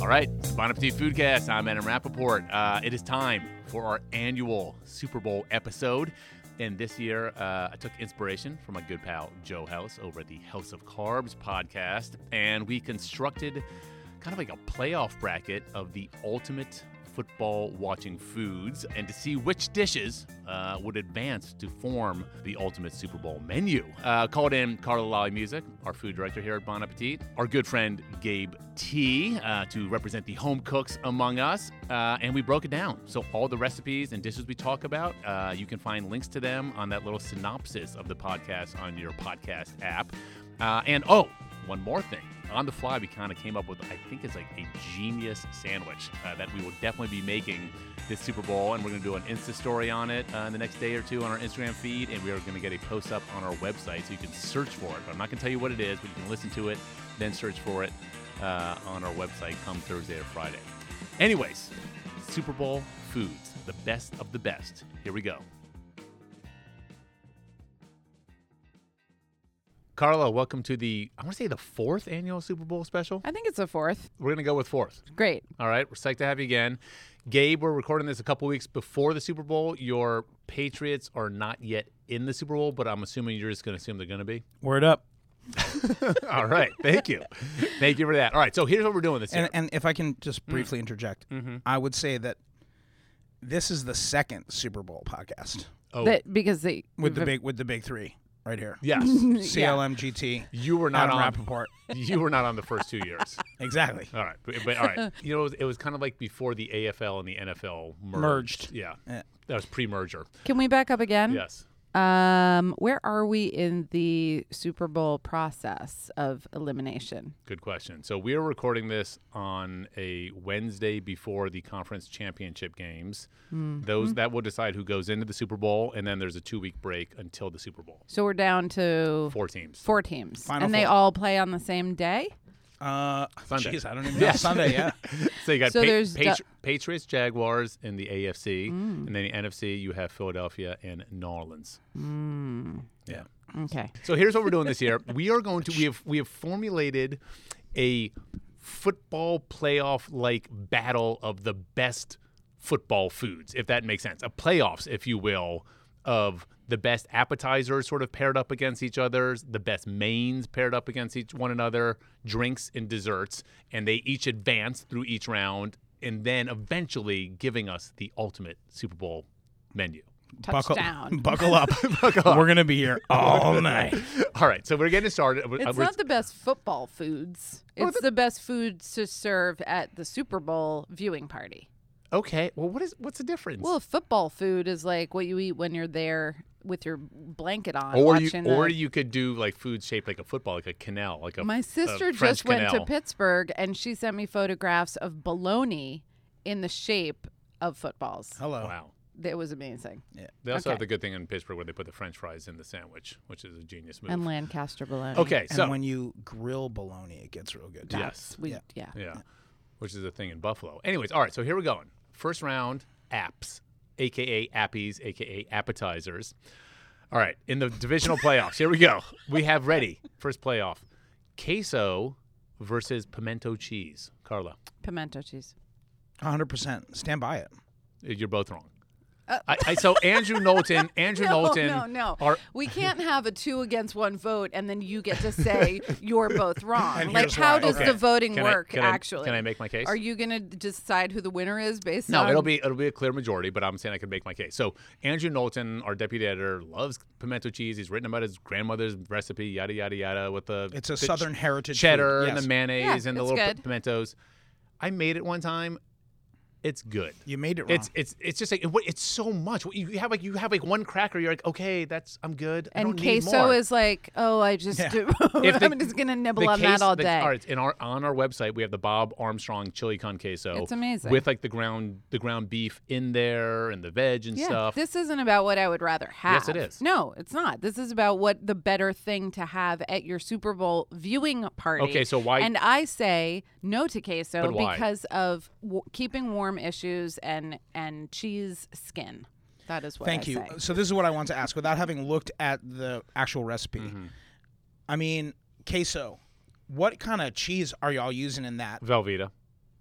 All right, it's the Bon Appetit Foodcast. I'm Adam Rappaport. Uh, it is time for our annual Super Bowl episode. And this year, uh, I took inspiration from my good pal Joe House over at the House of Carbs podcast, and we constructed kind of like a playoff bracket of the ultimate football watching foods and to see which dishes uh, would advance to form the ultimate Super Bowl menu. Uh, called in Carla Lally Music, our food director here at Bon Appetit, our good friend Gabe T uh, to represent the home cooks among us, uh, and we broke it down. So all the recipes and dishes we talk about, uh, you can find links to them on that little synopsis of the podcast on your podcast app. Uh, and oh, one more thing. On the fly, we kind of came up with, I think it's like a genius sandwich uh, that we will definitely be making this Super Bowl. And we're going to do an Insta story on it uh, in the next day or two on our Instagram feed. And we are going to get a post up on our website so you can search for it. But I'm not going to tell you what it is, but you can listen to it, then search for it uh, on our website come Thursday or Friday. Anyways, Super Bowl foods, the best of the best. Here we go. Carla, welcome to the, I want to say the fourth annual Super Bowl special. I think it's a fourth. We're going to go with fourth. Great. All right, we're psyched to have you again. Gabe, we're recording this a couple weeks before the Super Bowl. Your Patriots are not yet in the Super Bowl, but I'm assuming you're just going to assume they're going to be. Word up. All right, thank you. Thank you for that. All right, so here's what we're doing this year. And, uh, and if I can Mm. just briefly interject, Mm-hmm. I would say that this is the second Super Bowl podcast Oh. That because they with the big with the big three right here. yes, CLM GT. you were not Adam on. Rappaport. You were not on the first two years. exactly. All right, but, but all right, you know, it was, it was kind of like before the AFL and the NFL merged. Merged. Yeah, Yeah. Hmm. that was pre-merger. Can we back up again? Yes. Um, where are we in the Super Bowl process of elimination? Good question. So we are recording this on a Wednesday before the conference championship games. Mm-hmm. Those that will decide who goes into the Super Bowl, and then there's a two week break until the Super Bowl. So we're down to Four teams. four teams, Final and they four. all play on the same day. Uh, Sunday. Jeez, I don't even know. Sunday, yeah. So you got So there's Mm. Patri- du- Patriots, Jaguars in the AFC, and then the NFC you have Philadelphia and New Orleans. Mm. Yeah. Okay. So here's what we're doing this year. We are going to we have we have formulated a football playoff like battle of the best football foods, if that makes sense. A playoffs, if you will, of the best appetizers sort of paired up against each other, the best mains paired up against each one another, drinks and desserts, and they each advance through each round and then eventually giving us the ultimate Super Bowl menu. Touchdown. buckle up. We're gonna be here all night. All right, so we're getting started. We're- It's we're- not the best football foods. It's the best foods to serve at the Super Bowl viewing party. Okay. Well, what is what's the difference? Well, football food is like what you eat when you're there with your blanket on, or you watching. or the- you could do like food shaped like a football, like a canal, like a My sister French just went canal. to Pittsburgh and she sent me photographs of bologna in the shape of footballs. Hello. Wow. It was amazing. They also have Okay. the good thing in Pittsburgh where they put the French fries in the sandwich, which is a genius move. And Lancaster bologna. okay, And so when you grill bologna, it gets real good. yes, We, yeah. Yeah. yeah, which is a thing in Buffalo. Anyways, all right, so here we're going. First round apps, aka appies, aka appetizers. All right, in the divisional playoffs, here we go. We have ready first playoff, queso versus pimento cheese. Carla, Pimento cheese. hundred percent. Stand by it. Uh, You're both wrong. I, I, so Andrew Knowlton, Andrew Knowlton, Uh, no, no. are- we can't have a two against one vote and then you get to say you're both wrong. And Like, here's how why. does Okay. the voting Can I- work, can I- actually? can I make my case? Are you going to decide who the winner is based no, on? it'll be it'll be a clear majority, but I'm saying I could make my case. So Andrew Knowlton, our deputy editor, loves pimento cheese. He's written about his grandmother's recipe, yada yada yada, with the It's a the ch- southern heritage. food. cheddar and Yes. the mayonnaise Yeah, and the it's little p- good. pimentos. I made it one time. It's good. You made it wrong. It's it's it's just like what- it's so much. What You you have like you have like one cracker. You're like okay, that's I'm good. I And don't need queso more. is like, oh, I just, If the- I'm just going to nibble the on that case- all the- day. all right, in our on our website, we have the Bob Armstrong chili con queso. It's amazing. with like the ground the ground beef in there and the veg and stuff. This isn't about what I would rather have. Yes, it is. No, it's not. This is about what the better thing to have at your Super Bowl viewing party. Okay, so why- And I say no to queso But why? because of w- keeping warm issues and and cheese skin. That is what. Thank I you. say. So this is what I want to ask, without having looked at the actual recipe. Mm-hmm. I mean, queso. What kind of cheese are y'all using in that? Velveeta.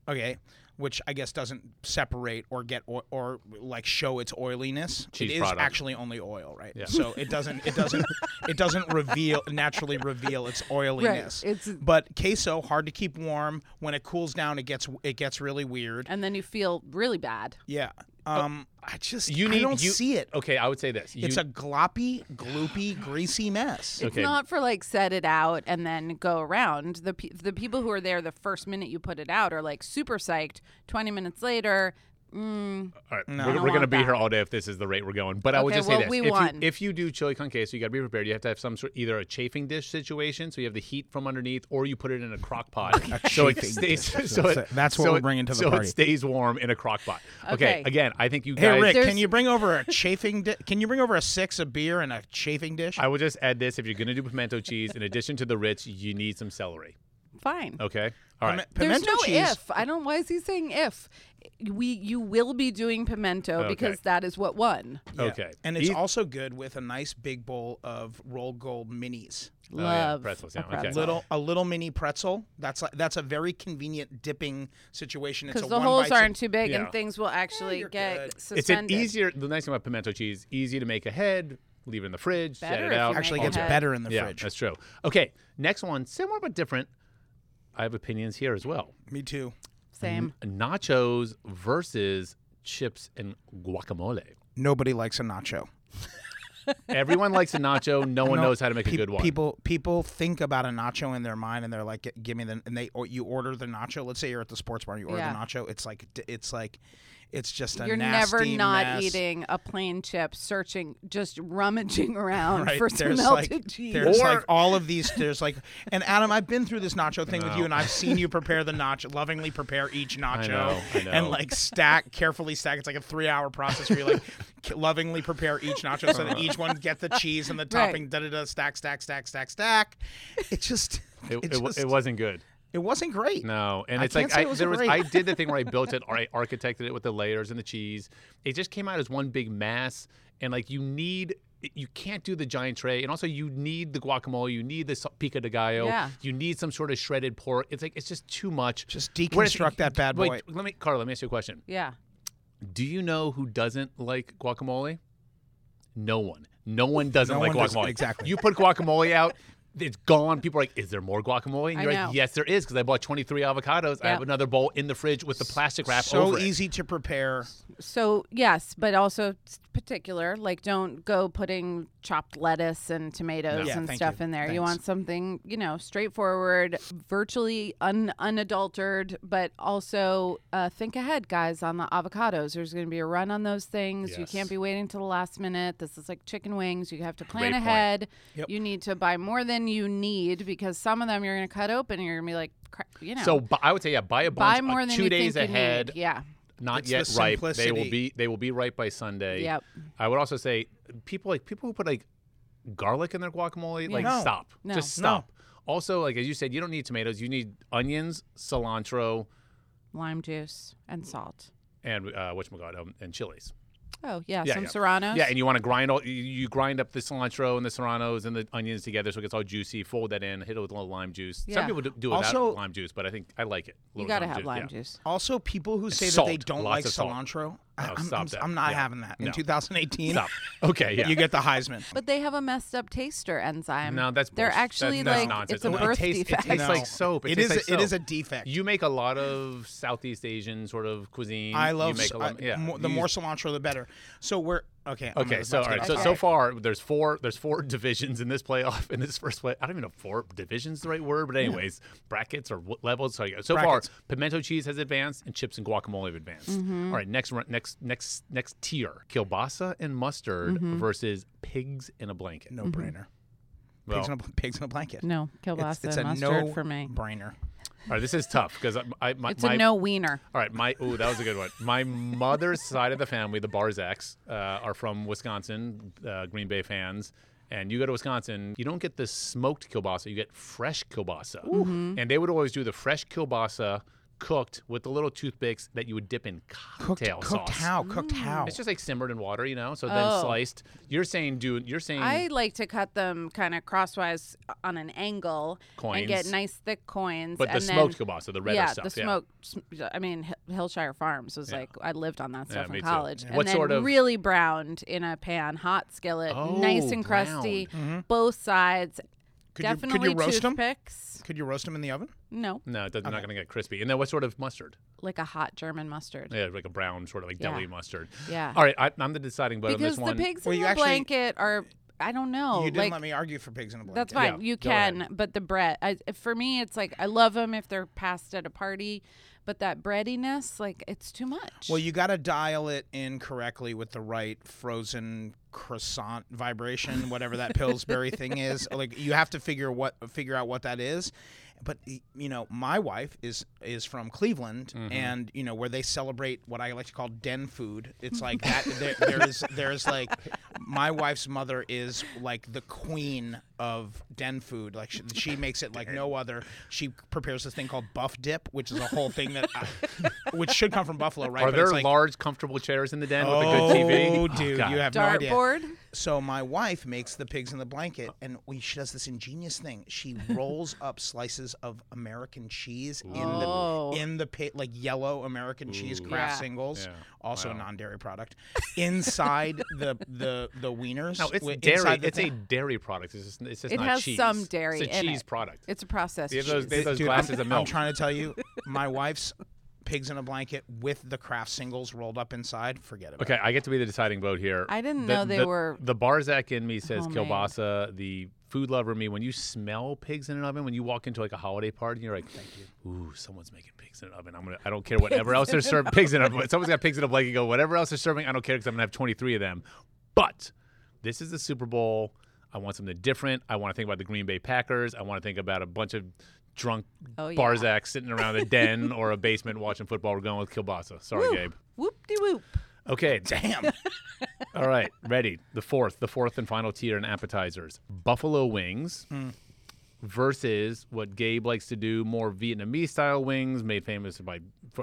okay, which I guess doesn't separate or get or, or like show its oiliness. Cheese it is product. actually only oil, right? Yeah. So it doesn't it doesn't it doesn't reveal naturally reveal its oiliness. It's- but queso hard to keep warm. When it cools down, it gets it gets really weird. and then you feel really bad. Yeah. Um, I just Oh, You I need. don't you, see it. Okay, I would say this. It's you, a gloppy, gloopy, greasy mess. It's Okay. not for like set it out and then go around. The pe- the people who are there the first minute you put it out are like super psyched. Twenty minutes later, mm, All right, No. I we're, don't we're gonna want be that. here all day if this is the rate we're going. But I would Okay, just well, say this: we if, won. You, if you do chili con queso, you got to be prepared. You have to have some sort, either a chafing dish situation, so you have the heat from underneath, or you put it in a crock pot, so it chafing stays. dish. So it, That's what so we're it- bringing to the so party. it stays warm in a crock pot. Okay. Okay. Again, I think you guys. Hey Rick, There's- can you bring over a chafing? Di- can you bring over a six of beer and a chafing dish? I would just add this: if you're gonna do pimento cheese, in addition to the rich, you need some celery. fine. Okay. All right. Pime- pimento There's no cheese. if. I don't. Why is he saying if? We you will be doing pimento Okay. Oh, because that is what won. Yeah. Okay. And it's Eith- also good with a nice big bowl of roll gold minis. yeah, Love pretzels, a yeah, okay. pretzel. Little a little mini pretzel. That's like, that's a very convenient dipping situation. It's because a the one holes bite sit- aren't too big Yeah. and things will actually you're get good. it's an suspended. easier. The nice thing about pimento cheese: easy to make ahead. Leave it in the fridge. Better set if it you out. make Actually all gets that. ahead. better in the yeah, fridge. That's true. Okay, next one, similar but different. I have opinions here as well. Me too. Mm-hmm. Same. Nachos versus chips and guacamole. Nobody likes a nacho. Everyone likes a nacho. No one No, knows how to make a Pe- good one. People people think about a nacho in their mind, and they're like, "Gi- "Give me the." And they or you order the nacho. Let's say you're at the sports bar, and you order Yeah. the nacho. It's like it's like it's just a You're never nasty not mess. eating a plain chip, searching, just rummaging around Right, for some there's melted like, cheese. There's Or- like all of these. There's like, and Adam, I've been through this nacho thing with No. you, and I've seen you prepare the nacho, lovingly prepare each nacho, know, I know. and like stack carefully stack. It's like a three-hour process where you like c- lovingly prepare each nacho Uh-huh. so that each one gets the cheese and the topping. Da da da. Stack, stack, stack, stack, stack. It just, it, it, it wa- just, it wasn't good. it wasn't great. No, and I it's can't like say I, it was there was, great. I did the thing where I built it, or I architected it with the layers and the cheese. It just came out as one big mass, and like you need, you can't do the giant tray, and also you need the guacamole, you need the sa- pico de gallo, Yeah. you need some sort of shredded pork. It's like it's just too much. Just Whereas- deconstruct that bad boy. Wait, let me, Carla. Let me ask you a question. yeah. Do you know who doesn't like guacamole? No one. No one doesn't No like one doesn't- guacamole. exactly. You put guacamole out, it's gone. People are like, "Is there more guacamole?" And I you're know. like, "Yes, there is," because I bought 23 avocados. I Yeah. have another bowl in the fridge with the plastic wrap So over it. easy to prepare. So yes, but also s- particular. Like, don't go putting chopped lettuce and tomatoes No. Yeah, and thank stuff you. in there. You Thanks. want something, you know, straightforward, virtually un- unadulterated, but also uh, think ahead, guys, on the avocados. There's going to be a run on those things. You Yes. can't be waiting till the last minute. This is like chicken wings. You have to plan Great point. ahead. Yep. You need to buy more than you need because some of them you're going to cut open and you're going to be like, cra- you know, So bu- I would say, yeah, buy a bunch buy more uh, than two you days think you ahead, need. Yeah. not It's yet the ripe. They will simplicity. be they will be ripe by Sunday. Yep. I would also say people like people who put like garlic in their guacamole, like No. stop. No. Just No. stop. Also, like as you said, you don't need tomatoes. You need onions, cilantro, Lime juice and salt. and uh, whatchamacallit, um, and chilies. Oh yeah, Yeah, some yeah. serranos. Yeah, and you want to grind all you- you grind up the cilantro and the serranos and the onions together so it gets all juicy. Fold that in, hit it with a little lime juice. Some Yeah. people do, do it without Also- lime juice, but I think I like it. A you little gotta have yeah. lime juice. Also, people who say that they salt. don't Lots like of salt. cilantro, I, No, I'm, stop I'm, that. I'm not Yeah. having that. In No. 2018, Stop. Okay, yeah. you get the Heisman. But they have a messed up taster enzyme. no, that's they're bullshit. That's- actually that's like nonsense. it's a It birth tastes- defect. It tastes No. like soap. It, It tastes is- like it is soap. a defect. You make a lot of Southeast Asian sort of cuisine. I You love make a lot- I- yeah. mo- the You more cilantro, the better. So we're okay. I'm Okay, gonna- so all let's get right, off so topic. so far there's four there's four divisions in this playoff in this first play. I don't even know if four divisions the right word, but anyways, brackets or what levels. So, so far, Brackets. pimento cheese has advanced and chips and guacamole have advanced. All right, next run- next next next tier: kielbasa and mustard versus pigs in a blanket. no brainer. Well, Pigs, in a, bl- pigs in a blanket. Mm-hmm. no, kielbasa it's, it's and a mustard no for me. brainer. all right, this is tough because I, I my, It's my a no wiener. All right, my ooh, that was a good one. My mother's side of the family, the Barzaks, uh, are from Wisconsin, uh, Green Bay fans. And you go to Wisconsin, you don't get Mm-hmm. the smoked kielbasa, you get fresh kielbasa. And they would always do the fresh kielbasa cooked with the little toothpicks that you would dip in Cooked, cocktail cooked sauce. how? Cooked Mm. how? It's just like simmered in water, you know. So then Oh. sliced. You're saying do you're saying I like to cut them kind of crosswise on an angle and get Coins. nice thick coins. but the and smoked then, kielbasa, the redder yeah, stuff. the smoked. sm- I mean, Hi- Hillshire Farms was like I lived on that stuff me in too. college. Yeah. And What then sort of- really browned in a pan, hot skillet, nice Oh, and crusty, both sides. could you, Definitely could you roast them? toothpicks. Could you roast them in the oven? No, No, it does- they're not going to get crispy. And then what sort of mustard? like a hot German mustard. Yeah, like a brown sort of like Yeah. deli mustard. Yeah. All right, I, I'm the deciding vote because on this the one. pigs Well, in you the actually- blanket are I don't know. you didn't Oh, like, let me argue for pigs in a blanket. That's Yeah, fine. you go ahead. can, but the bread. I, for me, it's like I love them if they're passed at a party, but that breadiness, like it's too much. Well, you got to dial it in correctly with the right frozen croissant vibration, whatever that Pillsbury thing is. Like you have to figure what figure out what that is. But y- you know, my wife is is from Cleveland, and you know where they celebrate what I like to call den food. It's like that. there, there is there is like my wife's mother is like the queen of den food. Like she, she makes it like no other. She prepares this thing called buff dip, which is a whole thing that, I, which should come from Buffalo, right? Are But it's there like- large, comfortable chairs in the den with a Oh, good TV? dude, God. you have no idea. dartboard. So my wife makes the pigs in the blanket, Uh. and we, she does this ingenious thing. She rolls up slices of American cheese in Oh. the in the pi- like yellow American cheese craft Yeah. singles, Yeah. also a Wow. non-dairy product, inside the the the wieners. No, it's wi- dairy. inside the It's a thing. dairy product. It's just, it's just It not has cheese. some dairy It's a in cheese it. product. It's a processed They have those- cheese. they have those Dude, glasses I'm, of milk. I'm trying to tell you, my wife's pigs in a blanket with the craft singles rolled up inside. Forget about it. Okay, I get to be the deciding vote here. I didn't The- know they the- were Oh, The Barzak in me says homemade. kielbasa. The food lover in me, when you smell pigs in an oven, when you walk into like a holiday party, and you're like, "Thank you." Ooh, someone's making pigs in an oven. I'm gonna. I don't care whatever else they're serving. Pigs in an oven. Someone's got pigs in a blanket. Go whatever else they're serving. I don't care because I'm gonna have 23 of them. But this is the Super Bowl. I want something different. I want to think about the Green Bay Packers. I want to think about a bunch of drunk Oh, yeah. Barzak sitting around a den or a basement watching football. We're going with kielbasa. Sorry, Gabe. whoop de whoop. Okay, Damn. all right, ready. The fourth, the fourth and final tier in appetizers. Buffalo wings versus what Gabe likes to do, more Vietnamese style wings, made famous by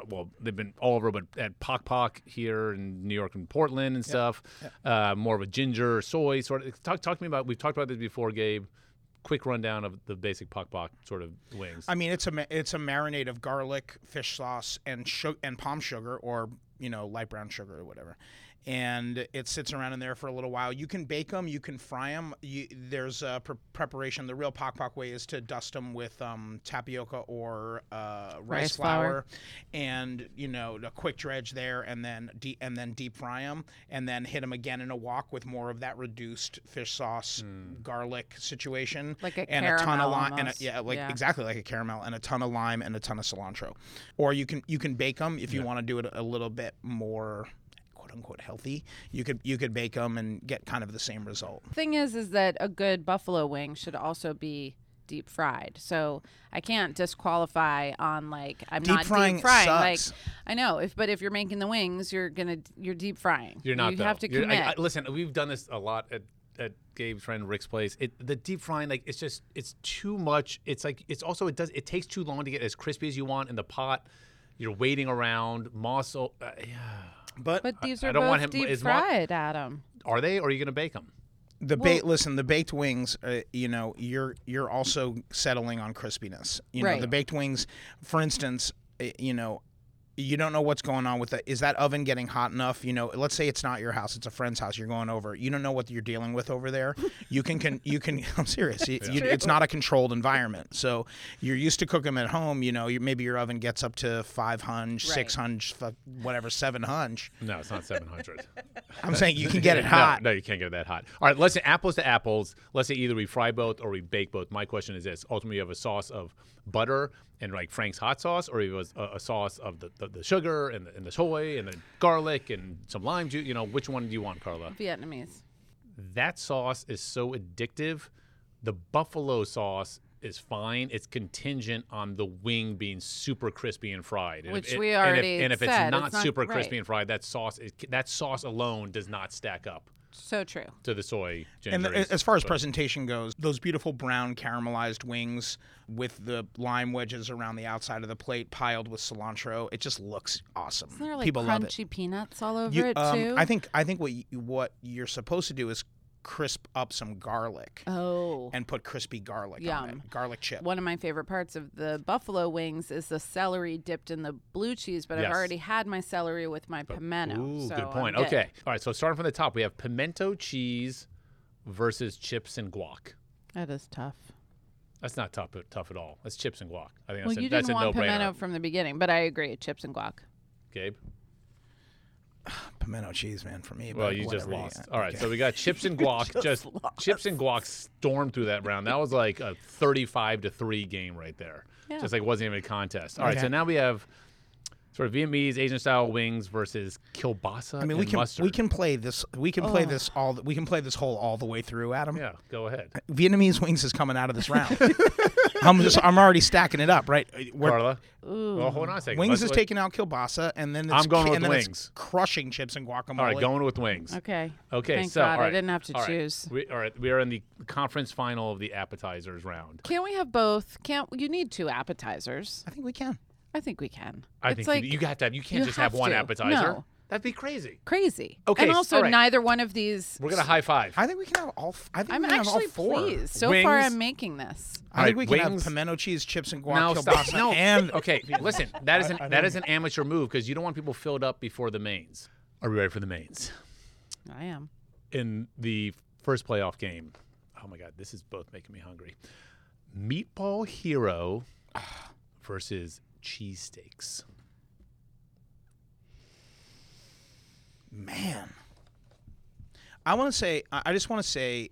well, they've been all over, but at Pock Pock here in New York and Portland and stuff. Uh, more of a ginger soy sort of. Talk, talk to me about. We've talked about this before, Gabe. Quick rundown of the basic Pock Pock sort of wings. I mean, it's a ma- it's a marinade of garlic, fish sauce, and su- and palm sugar, or you know, light brown sugar or whatever. And it sits around in there for a little while. You can bake them, you can fry them. You, there's a pre- preparation. The real pak pak way is to dust them with um, tapioca or uh, rice, Rice flour. flour. and you know, a quick dredge there, and then de- and then deep fry them, and then hit them again in a wok with more of that reduced fish sauce, garlic situation, Like a and a ton of caramel lime, and a, almost. yeah, like Yeah. exactly exactly like a caramel and a ton of lime and a ton of cilantro or you can you can bake them if you want to do it a little bit more quote unquote healthy you could you could bake them and get kind of the same result thing is is that a good buffalo wing should also be deep fried so i can't disqualify on like i'm Deep not frying deep frying like sucks. i know if but if you're making the wings you're gonna you're deep frying You're not. you though. have to You're- commit I, I, listen, we've done this a lot at, at Gabe's friend Rick's place. It the deep frying, like it's just it's too much. It's like it's also it does it takes too long to get as crispy as you want in the pot. You're waiting around. Moss, uh, yeah. but, but these I are don't both want him- deep is Mark- fried adam are they? or Are you gonna bake them? the bait listen the baked wings uh, you know you're you're also settling on crispiness you know Right. the baked wings for instance uh, you know you don't know what's going on with that. Is that oven getting hot enough? You know, let's say it's not your house; it's a friend's house. You're going over. You don't know what you're dealing with over there. You can, can you can. I'm serious. It- you- it's not a controlled environment, so you're used to cooking at home. You know, you, maybe your oven gets up to five hunch, six hunch, fuck, whatever, seven hunch. No, it's not 700. I'm saying you can get it hot. No, no, you can't get it that hot. All right, let's say apples to apples. Let's say either we fry both or we bake both. My question is this: ultimately, you have a sauce of butter and like Frank's hot sauce, or it was a, a sauce of the, the, the sugar and the, and the soy and the garlic and some lime juice. You know, which one do you want, Carla? vietnamese That sauce is so addictive. The buffalo sauce is fine. It's contingent on the wing being super crispy and fried. And if Which it- we and if- already And if, said, it's it's not not- super crispy right. and fried, that sauce is, that sauce alone does not stack up. So true. to the soy And ginger. the, as far as presentation, presentation goes, those beautiful brown caramelized wings with the lime wedges around the outside of the plate piled with cilantro, it just looks awesome. Isn't there like People love it. crunchy peanuts all over You- it um, too? I think I think what you, what you're supposed to do is crisp up some garlic oh. and put crispy garlic on Yum. it, garlic chip. One of my favorite parts of the buffalo wings is the celery dipped in the blue cheese, but Yes. I've already had my celery with my pimento. Ooh, so good I'm point. good. Okay, all right. So starting from the top, we have pimento cheese versus chips and guac. That is tough. That's not tough, tough at all. That's chips and guac. I think well, that's a, you that's didn't a want no-brainer. pimento from the beginning, but I agree. Chips and guac. Gabe. Pimento cheese, man, for me. Well, but you just whatever lost. All right, okay. so we got chips and guac. just chips and guac stormed through that round. That was like a thirty-five to three game right there. Yeah. Just like wasn't even a contest. All right, so Okay. now we have sort of Vietnamese Asian style wings versus kielbasa. I mean, we and can mustard. we can play this. We can play Oh. this all. th- We can play this whole all the way through, Adam. Yeah, go ahead, Vietnamese wings is coming out of this round. I'm just I'm already stacking it up, right? We're- Carla. Ooh. Well, hold on a second. wings Let's- is let- taking out kielbasa, and then it's I'm going ki- with and then it's wings. crushing chips and guacamole. All right, going with wings. Okay. Okay, Thank so God all right, I didn't have to all right. choose. We, all right, we are in the conference final of the appetizers round. Can't we have both? Can't you need two appetizers? I think we can. I think we can. I it's think like you, you got that. You can't you just have, have one to. appetizer. No. That'd be crazy. crazy. Okay, And s- also, all right. neither one of these. We're gonna high five. I think we can have all. f- I think I'm we can have all actually four. pleased. So far, Wings. I'm making this. I think All right, we can wings. have pimento cheese, chips, and guac, No, kielbasa, stop. No. and okay, listen. That is an I that mean- is an amateur move because you don't want people filled up before the mains. Are we ready for the mains? I am. In the first playoff game. Oh my god, this is both making me hungry. Meatball hero Ah. versus cheesesteaks. man. I want to say. I I just want to say,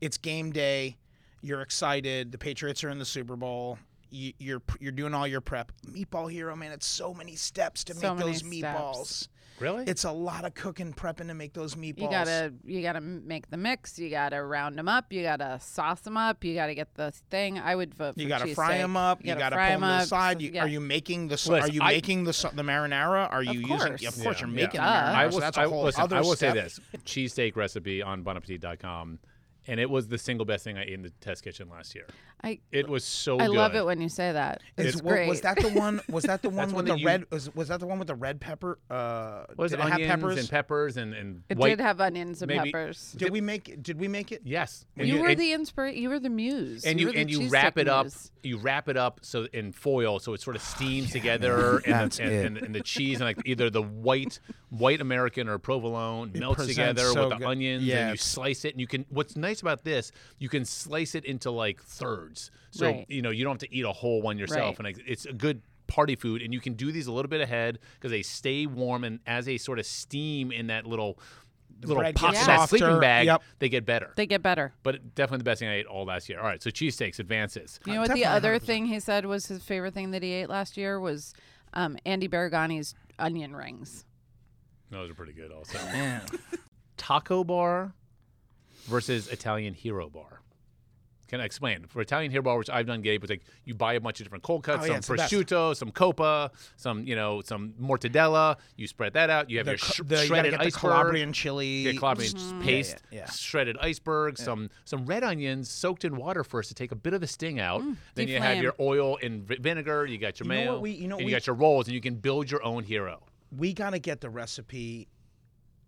it's game day. You're excited. The Patriots are in the Super Bowl. You, you're you're doing all your prep. Meatball hero, man. It's so many steps to So make many those steps. meatballs. Really? It's a lot of cooking, prepping to make those meatballs. You gotta you gotta m- make the mix. You gotta round them up. You gotta sauce them up. You gotta get the thing. I would vote. You for gotta cheese fry steak. them up. You gotta, fry pull them to the up. side. So- You, yeah. Are you making the? sa- Listen, Are you I- making the sa- the marinara? Are you course. using? Of course, Yeah. you're making Yeah. the marinara. I so will, that's I, a whole listen, other I will step. say this cheesesteak recipe on bonappetit.com, and it was the single best thing I ate in the test kitchen last year. I It was so I good. love it when you say that. Is- It's wa- great. Was that the one? Was that the one one with that the you- red? Was, was that the one with the red pepper? Uh, What is did it, it have onions peppers? and peppers and, and it white? did have onions and maybe- peppers. did we make? it- Did we make it? yes. You were and- the inspira- You were the muse. and you were the and you cheese wrap stick it up muse. you wrap it up so in foil so it sort of Oh, steams together and, That's the, and, it. and, and the cheese and like either the white white american or provolone melts presents together so with the good. onions and you Yes. slice it and you can what's nice about this you can slice it into like thirds so Right. you know you don't have to eat a whole one yourself Right. and like, it's a good party food and you can do these a little bit ahead because they stay warm and as they sort of steam in that little little bread pocket gets that softer. sleeping bag Yep. they get better They get better. but definitely the best thing I ate all last year. All right, so cheesesteaks advances. You know what the Definitely other 100%. thing he said was his favorite thing that he ate last year was um, Andy Baragani's onion rings. Those are pretty good also. Yeah. Taco bar versus Italian hero bar. Can I explain? For Italian hero bar, which I've done, Gabe, it's like you buy a bunch of different cold cuts, Oh, yeah, some it's the best. prosciutto, some copa, some you know, some mortadella. You spread that out. You have The, your co- sh- the, you gotta shredded get the iceberg. Calabrian chili. Mm-hmm. Yeah, Calabrian paste, yeah, yeah. shredded iceberg, some some red onions soaked in water first to take a bit of the sting out. then you have deflame. your oil and vi- vinegar. You got your Mm, You know mayo. what we- you know and what you we- got your rolls, and you can build your own hero. we gotta get the recipe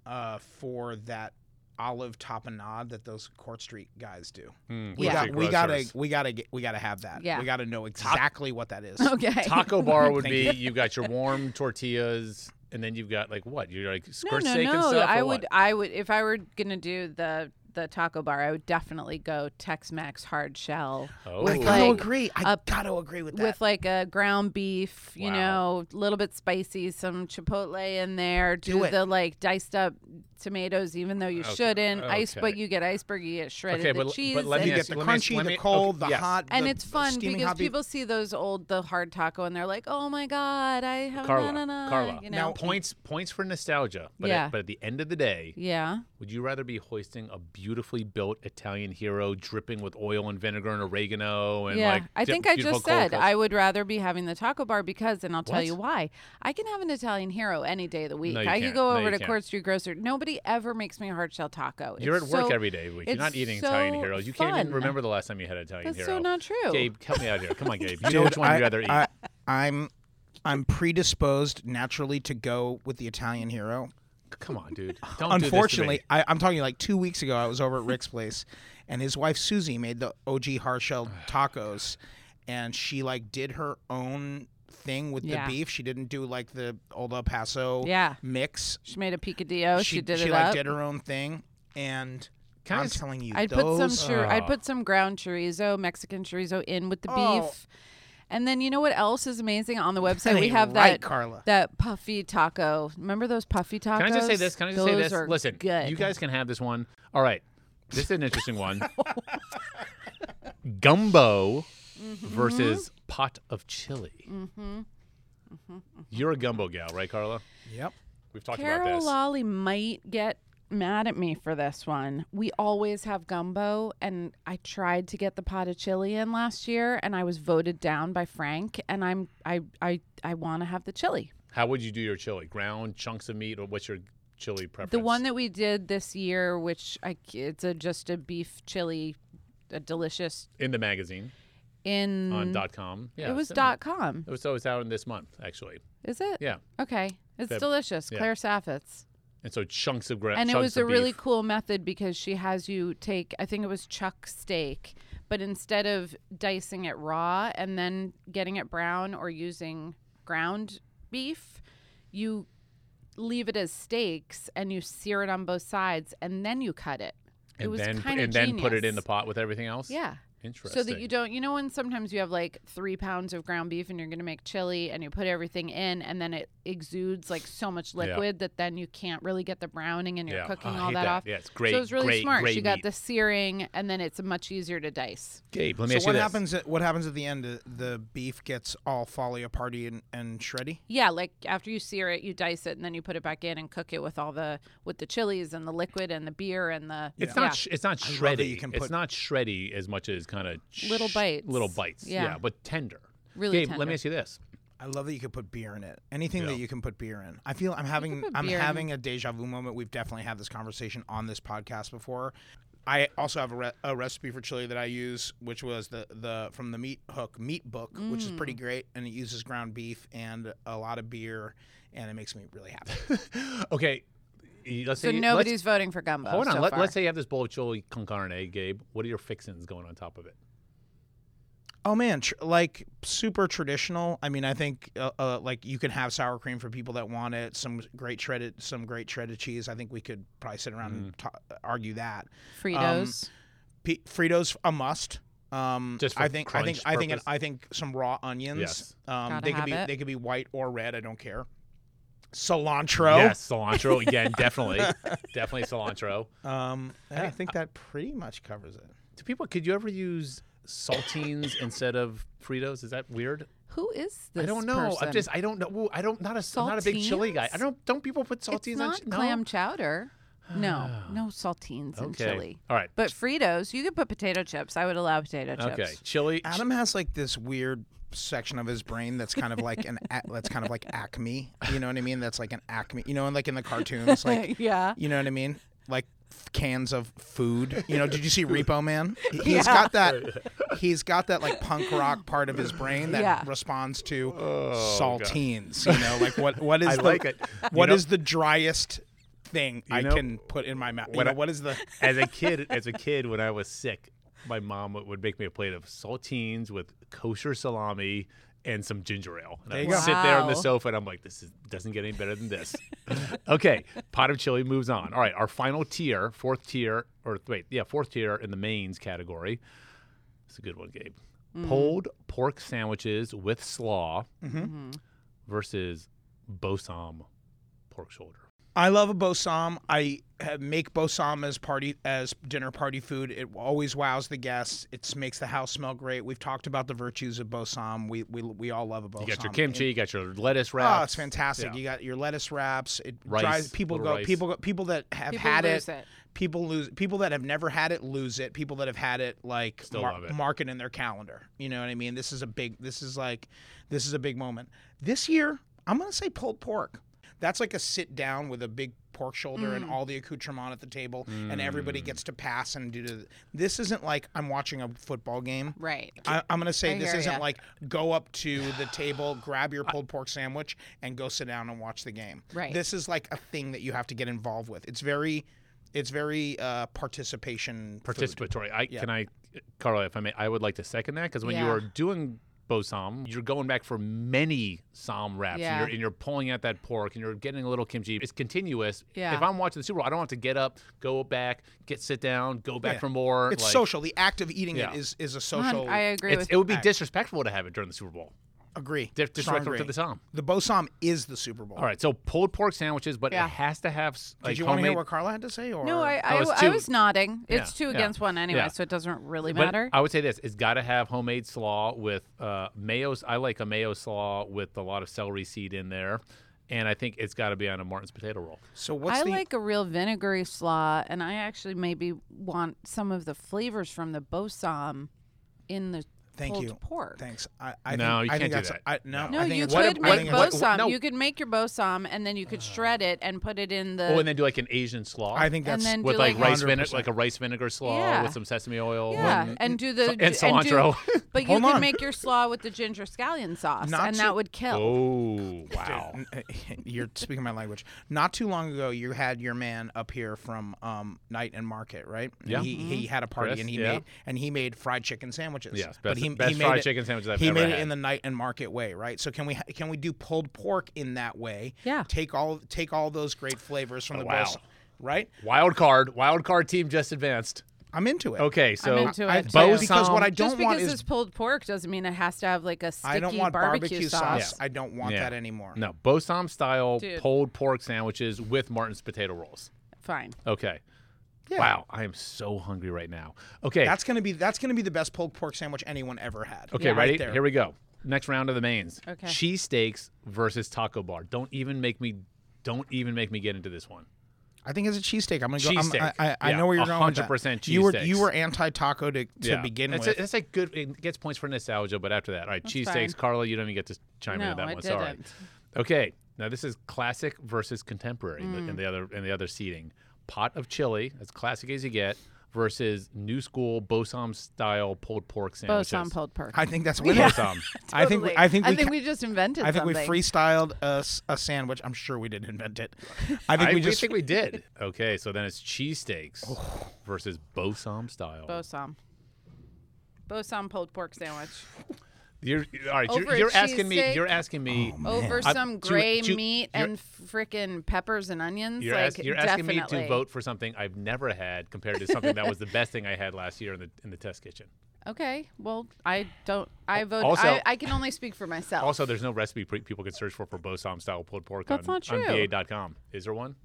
uh, for that olive tapenade that those Court Street guys do. Hmm, We Yeah. got, we gotta, we gotta, get, we gotta have that. Yeah. We gotta know exactly what that is. Okay. Taco bar would Thank be you got your warm tortillas, and then you've got like what you're like no, squirt no, steak and no. stuff. I or would, what? I would, if I were gonna do the the taco bar, I would definitely go Tex-Mex hard shell Oh. I with gotta like agree. I a- gotta agree with that. with like a ground beef, you Wow. know, a little bit spicy, some chipotle in there. Do, it. the like diced up tomatoes, even though you Okay, shouldn't. Ice, okay. but you get iceberg, you get shredded Okay, the but l- cheese. but let and me you ask get the let me ask- crunchy, let me- the cold, okay, the yes. hot, and the it's fun steaming because hot beef. people see those old the hard taco and they're like, "Oh my god, I have Carla, na, na, na," Carla. You know? Now points points for nostalgia, but Yeah. at, but at the end of the day, yeah, Would you rather be hoisting a beautifully built Italian hero dripping with oil and vinegar and oregano and yeah, like I dip- think I beautiful just cold said cuts? I would rather be having the taco bar because, and I'll tell What? you why. I can have an Italian hero any day of the week. you I can't. could go No, over you to can't. Court Street Grocer. Nobody ever makes me a hard shell taco. You're It's at work so- every day of the week. You're it's not eating Italian so heroes. You can't even fun. remember the last time you had an Italian That's hero. so not true. Gabe, help me out here. Come on, Gabe. You know which Dude, one I, you'd rather eat. I, I'm I'm predisposed naturally to go with the Italian hero. Come on, dude. Don't Unfortunately, do I, I'm talking like two weeks ago. I was over at Rick's place, and his wife Susie made the OG hard shell tacos, and she like did her own thing with Yeah. the beef. She didn't do like the old El Paso Yeah. mix. She made a picadillo. She, did she it like up. did her own thing, and Can I I'm just- telling you, I'd put some those chur- I'd Ah. put some ground chorizo, Mexican chorizo, in with the Oh. beef. And then you know what else is amazing on the website? That we ain't have right, that Carla. that puffy taco. Remember those puffy this tacos? to me. Can I just say this? Can I just say Those this? are Listen, good. you guys can have this one. All right. This is an interesting one. Gumbo Mm-hmm. versus pot of chili. Mm-hmm. You're a gumbo gal, right, Carla? Yep. We've talked about Carol this. Lolly might get mad at me for this one. We always have gumbo, and I tried to get the pot of chili in last year, and I was voted down by Frank. And I'm I I I want to have the chili. How would you do your chili? Ground chunks of meat, or what's your chili preference? The one that we did this year, which I c- it's a just a beef chili, a delicious in the magazine in on dot .com. Yeah, Mm-hmm. it was so- dot com. It was always out in this month, actually. Is it? Yeah, Okay, it's Feb- delicious. yeah. Claire Saffitz. and so chunks of ground. and it chunks was of a really beef. cool method because she has you take i think it was chuck steak but instead of dicing it raw and then getting it brown or using ground beef you leave it as steaks and you sear it on both sides and then you cut it it and was then kind of and then put it in the pot with everything else. yeah interesting. so that you don't you know when sometimes you have like three pounds of ground beef and you're gonna make chili and you put everything in and then it exudes like so much Yeah. liquid that then you can't really get the browning and you're Yeah. cooking Oh, I all hate that, that. off Yeah, it's great- so it's really great- smart great you got meat. the searing and then it's much easier to dice Gabe, let me So ask you what this. happens? At, what happens at the end? The- The beef gets all folly party and, and shreddy. yeah like after you sear it you dice it and then you put it back in and cook it with all the with the chilies and the liquid and the beer and the It's yeah. not. Sh- it's not I love that shreddy. you can it's put- not shreddy as much as kind of Little bites. Little bites. Yeah, Yeah. but tender. Really Gabe, let tender. me ask you this. I love that you could put beer in it. Anything Yeah. that you can put beer in. I feel I'm having put I'm beer in. having a deja vu moment. We've definitely had this conversation on this podcast before. I also have a, re- a recipe for chili that I use, which was the, the from the Meat Hook Meat Book, which is Mm. pretty great, and it uses ground beef and a lot of beer, and it makes me really happy. Okay, let's so say nobody's let's, voting for gumbo hold on. so let, far. us say you have this bowl of chili con carne, Gabe. What are your fixins going on top of it? oh man, tr- like super traditional. I mean, I think uh, uh, like you can have sour cream for people that want it. Some great shredded, some great shredded cheese. I think we could probably sit around Mm. and ta argue that. fritos um, P- Fritos a must. Um, Just for I think I think crunch I think purpose? I think some raw onions. Yes. Um, Gotta they could have be it. they could be white or red. I don't care. Cilantro. Yes, cilantro. Again, definitely, definitely cilantro. Um, and I think that pretty much covers it. Do people? Could you ever use saltines instead of Fritos? Is that weird? who is this I don't know. person? I'm just. I don't know. Well, I don't. Not a. am not a big chili guy. I Saltines? don't. Don't people put saltines it's on? not ch- no? Ah. clam chowder. No, no saltines and Okay. chili. All right. But Fritos, you could put potato chips. I would allow potato chips. Okay, chili. Adam has like this weird section of his brain that's kind of like an a- that's kind of like acme. You know what I mean? That's like an acme. You know, and like in the cartoons, like yeah. you know what I mean? Like f- cans of food. You know? Did you see Repo Man? He- He's got that. He's got that like punk rock part of his brain that Yeah. responds to saltines. You know, like what what is Oh, I the, like it. what You know- is the driest thing I know- can put in my mouth? You When know, I- what is the as a kid, as a kid, when I was sick, my mom would- would make me a plate of saltines with kosher salami and some ginger ale. And I you would go. sit there on the Wow. sofa and I'm like, this is, doesn't get any better than this. okay, pot of chili moves on. All right, our final tier, fourth tier, or wait, yeah, fourth tier in the mains category. It's a good one, Gabe. Mm-hmm. Pulled pork sandwiches Mm-hmm. with slaw versus bosom pork shoulder. I love a bosom. I ha- make bosom as party as dinner party food. It always wows the guests. It makes the house smell great. We've talked about the virtues of bosom. We we, we all love a bosom. You got your kimchi, you got your lettuce wraps. Oh, it's fantastic! Yeah. You got your lettuce wraps. It Rice, drives people little go rice. people go, people that have People had lose it, it. People lose people that have never had it lose it. People that have had it like Still love it. mark it in their calendar. You know what I mean? This is a big. This is like this is a big moment. This year, I'm gonna say pulled pork. That's like a sit down with a big pork shoulder and all the accoutrement at the table, and Mm. everybody gets to pass and do. The, this isn't like I'm watching a football game. Right. I, I'm gonna say I this hear isn't ya. like go up to the table, grab your pulled pork sandwich, and go sit down and watch the game. Right. This is like a thing that you have to get involved with. It's very, it's very uh, participation. food. participatory. I can I, Carla, if I may, I would like to second that because when you Yeah. are doing bosom, you're going back for many psalm wraps, Yeah. and, you're, and you're pulling out that pork, and you're getting a little kimchi. It's continuous. Yeah. If I'm watching the Super Bowl, I don't have to get up, go back, get sit down, go back Yeah. for more. It's like, social. The act of eating Yeah. it is is a Hun, social. I agree It's, with it would be disrespectful to have it during the Super Bowl. agree. Dis- Strong Disrespectful to agree. the psalm. The bosom is the Super Bowl. All right, so pulled pork sandwiches, but Yeah. it has to have s- like Did you want to homemade. hear what Carla had to say? Or No, I, I, it's w- I two. was nodding. It's Yeah, two yeah, against one anyway, yeah. so it doesn't really But uh, matter. I would say this: it's got to have homemade slaw with uh, mayo. I like a mayo slaw with a lot of celery seed in there, and I think it's got to be on a Martin's potato roll. So what's I the like a real vinegary slaw, and I actually maybe want some of the flavors from the bosom in the Thank pulled you. pork. Thanks. I, I No, think, you I can't think do that's, that. I, no, No, I think you it's- could I make think it's- bosom. no. You could make your bosom, and then you Uh. could shred it and put it in the. Oh, and then do like an Asian slaw. I think and that's then with Uh, do like, like, a- rice vinegar, 100%. like a rice vinegar slaw Yeah. with some sesame oil. Yeah, and- and do the and do- do- cilantro. but you Hold could on. make your slaw with the ginger scallion sauce, Not and to- that would kill. oh wow! eh, You're speaking my language. Not too long ago, you had your man up here from um, Night and Market, right? And Yeah. He, Mm-hmm. he had a party Chris, and he yeah. made and he made fried chicken sandwiches. Yes, but best- he, best he made fried it, chicken sandwiches I've He ever made had. it in the Night and Market way, right? So can we ha- can we do pulled pork in that way? Yeah. Take all take all those great flavors from the Oh, wow. both- right? Wild card, wild card team just advanced. I'm into it. Okay, so into it, I, too. both because what I Just don't because want is it's pulled pork doesn't mean it has to have like a sticky I don't want barbecue, sauce. Yeah. I don't want Yeah. that anymore. no bosom style Dude. pulled pork sandwiches with Martin's potato rolls. Fine. Okay. Wow, I am so hungry right now. Okay, That's gonna be that's gonna be the best pulled pork sandwich anyone ever had. Okay, Yeah. ready? Right there. Here we go. Next round of the mains. Okay. Cheesesteaks versus taco bar. Don't even make me don't even make me get into this one. I think it's a cheesesteak. I'm gonna go. I'm, Cheesesteak. I, I, I Yeah, know where you're going. with that. 100% You were cheesesteaks. you were anti taco to, to Yeah. begin that's A, with. that's a good it gets points for nostalgia, but after that. All right, cheesesteaks. fine. Carla, you don't even get to chime in No, on that I one. Sorry. didn't. Okay. Now this is classic versus contemporary in, Mm. the, in the other in the other seating. Pot of chili, as classic as you get, versus new school bosom style pulled pork sandwiches. Bosom pulled pork. I think that's winning. Bosom. I think we, I think we. I think ca- we just invented. I think we something. freestyled a, s- a sandwich. I'm sure we didn't invent it. I think I we just. think we did. Okay, so then it's cheesesteaks Oh. versus bosom style. Bosom. Bosom pulled pork sandwich You're all right. Over You're, a you're asking me. cheesesteak? You're asking Oh, me. over I- some to- gray to- meat you're- and frickin' peppers and onions. You're, like ask- you're asking definitely. me to vote for something I've never had compared to something that was the best thing I had last year in the in the test kitchen. Okay. Well, I don't. I vote. also- I, I can only speak for myself. Also, there's no recipe pre- people can search for for bosom style pulled pork That's on, not on true. ba.com. Is there one?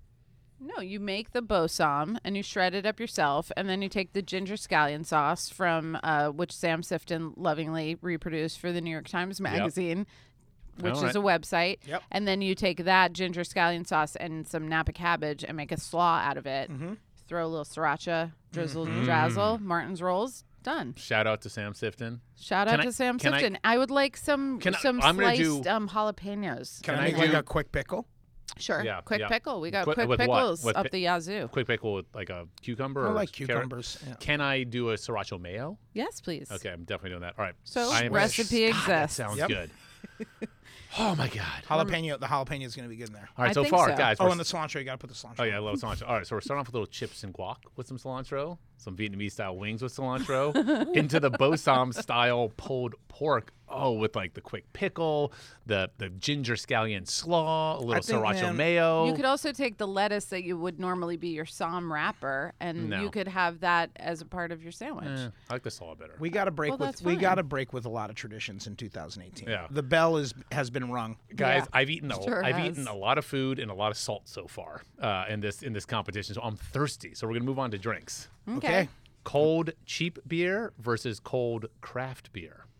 No, you make the bosom and you shred it up yourself, and then you take the ginger scallion sauce from uh, which Sam Sifton lovingly reproduced for the New York Times Magazine, which All is a website. Yep. And then you take that ginger scallion sauce and some Napa cabbage and make a slaw out of it. Mm-hmm. Throw a little sriracha, drizzle, drazzle, Martin's rolls. Done. Shout out to Sam Sifton. Shout Can out I- to Sam can I- Sifton. I, would like some Can I- some I'm gonna sliced do- um, jalapenos. Can Can I I make like do- a quick pickle? Sure. Yeah, quick yeah. pickle. We got Quick- quick with what? pickles With up pi- the yazoo. Quick pickle with like a cucumber. I or like carrot? cucumbers. Yeah. Can I do a sriracha mayo? Yes, please. Okay, I'm definitely doing that. All right. So I am- recipe God, that exists. sounds Yep. good. oh my god. Jalapeno. The jalapeno is going to be good in there. All right, I so think far, so. guys. Oh, we're and the cilantro. You got to put the cilantro. Oh yeah, I love cilantro. All right, so we're starting off with little chips and guac with some cilantro, some Vietnamese style wings with cilantro, into the bosom style pulled pork. Oh, oh, with like the quick pickle, the the ginger scallion slaw, a little think, sriracha man, mayo. You could also take the lettuce that you would normally be your psalm wrapper, and No. you could have that as a part of your sandwich. Eh, I like the slaw better. We got to break Well, with that's we fine. got to break with a lot of traditions in 2018. Yeah. The bell is has been rung. guys Yeah. i've eaten a, Sure i've has. eaten a lot of food and a lot of salt so far uh, in this in this competition so i'm thirsty so we're gonna move on to drinks Okay. cold cheap beer versus cold craft beer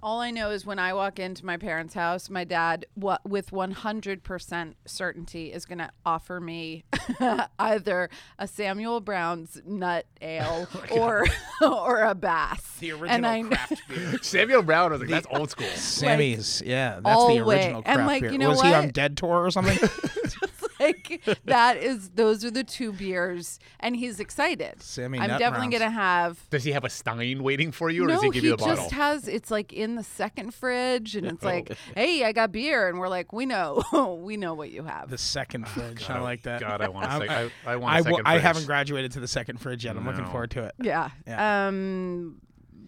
All I know is when I walk into my parents' house, my dad, what with 100% certainty, is going to offer me either a Samuel Brown's nut ale or or a Bass. Oh The and I, original craft beer. samuel brown was like that's old school Sammy's, yeah, that's the always- original and, craft like, beer. you know was he on what? Dead Tour or something? like that is those are the two beers, and he's excited. Sammy I'm Nut definitely Browns. going to have does he have a stein waiting for you or no, does he give you the bottle just has it's like in the second fridge, and Oh, it's like, hey, I got beer, and we're like, we know, we know what you have. the second fridge. I like that. Oh, god i want a I'm- sec- I, I want a I, second w- I fridge. haven't graduated to the second fridge yet. I'm looking No. forward to it. yeah. Yeah. Um,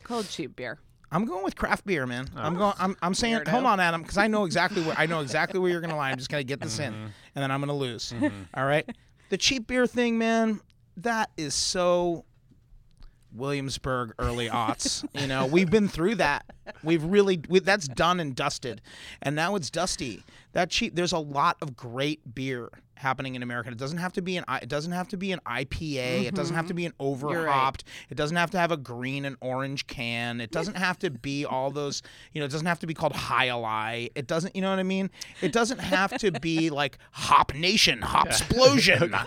cold cheap beer. I'm going with craft beer, man. I'm going. I'm, I'm saying, hold on, Adam, because I know exactly where I know exactly where you're gonna lie. I'm just gonna get this in, and then I'm gonna lose. All right. The cheap beer thing, man. That is so Williamsburg early aughts. you know, we've been through that. We've really we, that's done and dusted, and now it's dusty. That cheap. There's a lot of great beer happening in America. It doesn't have to be an I- it doesn't have to be an IPA. It doesn't have to be an overhopped. It doesn't have to have a green and orange can. It doesn't have to be all those. You know, it doesn't have to be called Hyali. It doesn't. You know what I mean? It doesn't have to be like Hop Nation, Hop Explosion. all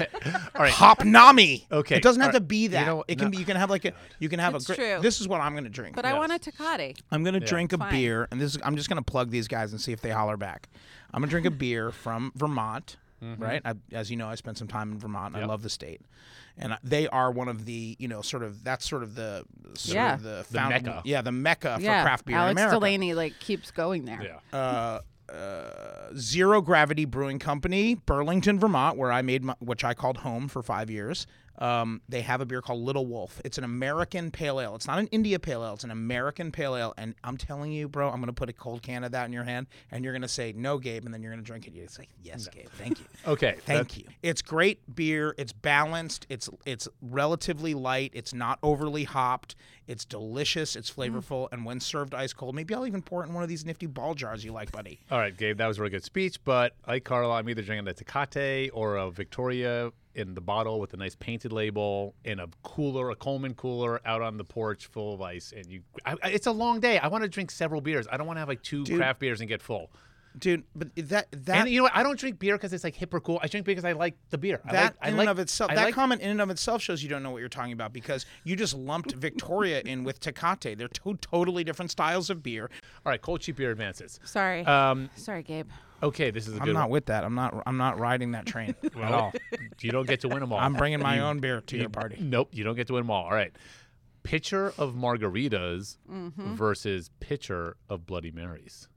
right Hop Nami. Okay, It doesn't have all to be that. know, it can no- be. You can have like a. You can have It's a. Great, true. This is what I'm gonna drink. But I want a Tecate. I'm gonna drink a Fine. beer, and this is, I'm just gonna plug these guys and see if they holler back. I'm gonna drink a beer from Vermont, right? I, as you know, I spent some time in Vermont. and I love the state, and I, they are one of the you know sort of that's sort of the sort Yeah. of the, found, mecca. yeah the mecca yeah. for craft beer Alex in America. Delaney like keeps going there. yeah Zero Gravity Brewing Company, Burlington, Vermont, where I made my, which I called home for five years. Um, they have a beer called Little Wolf. It's an American pale ale. It's not an India pale ale. It's an American pale ale. And I'm telling you, bro, I'm gonna put a cold can of that in your hand, and you're gonna say no, Gabe, and then you're gonna drink it. You're gonna say yes, Gabe. Thank you. okay Thank you. It's great beer. It's balanced. It's it's relatively light. It's not overly hopped. It's delicious. It's flavorful. And when served ice cold, maybe I'll even pour it in one of these nifty ball jars you like, buddy. All right, Gabe, that was a really good speech. But like Carla, I'm either drinking a Tecate or a Victoria in the bottle with a nice painted label in a cooler, a Coleman cooler out on the porch full of ice. And you, I, I- it's a long day. I want to drink several beers. I don't want to have like two craft beers and get full. dude. But that that And you know what? I don't drink beer because it's like hip or cool. I drink beer because I like the beer. I like, that I in like, and of itself, I that like- comment in and of itself shows you don't know what you're talking about because you just lumped Victoria in with Tecate. They're two totally different styles of beer. all right, cold cheap beer advances. Sorry. Uh, Um, Sorry, Gabe. okay, this is a I'm good not one. with that. I'm not. I'm not riding that train at all. You don't get to win them all. I'm bringing my own beer to your party. Nope, you don't get to win them all. All right. Pitcher of margaritas Mm-hmm. versus pitcher of Bloody Marys.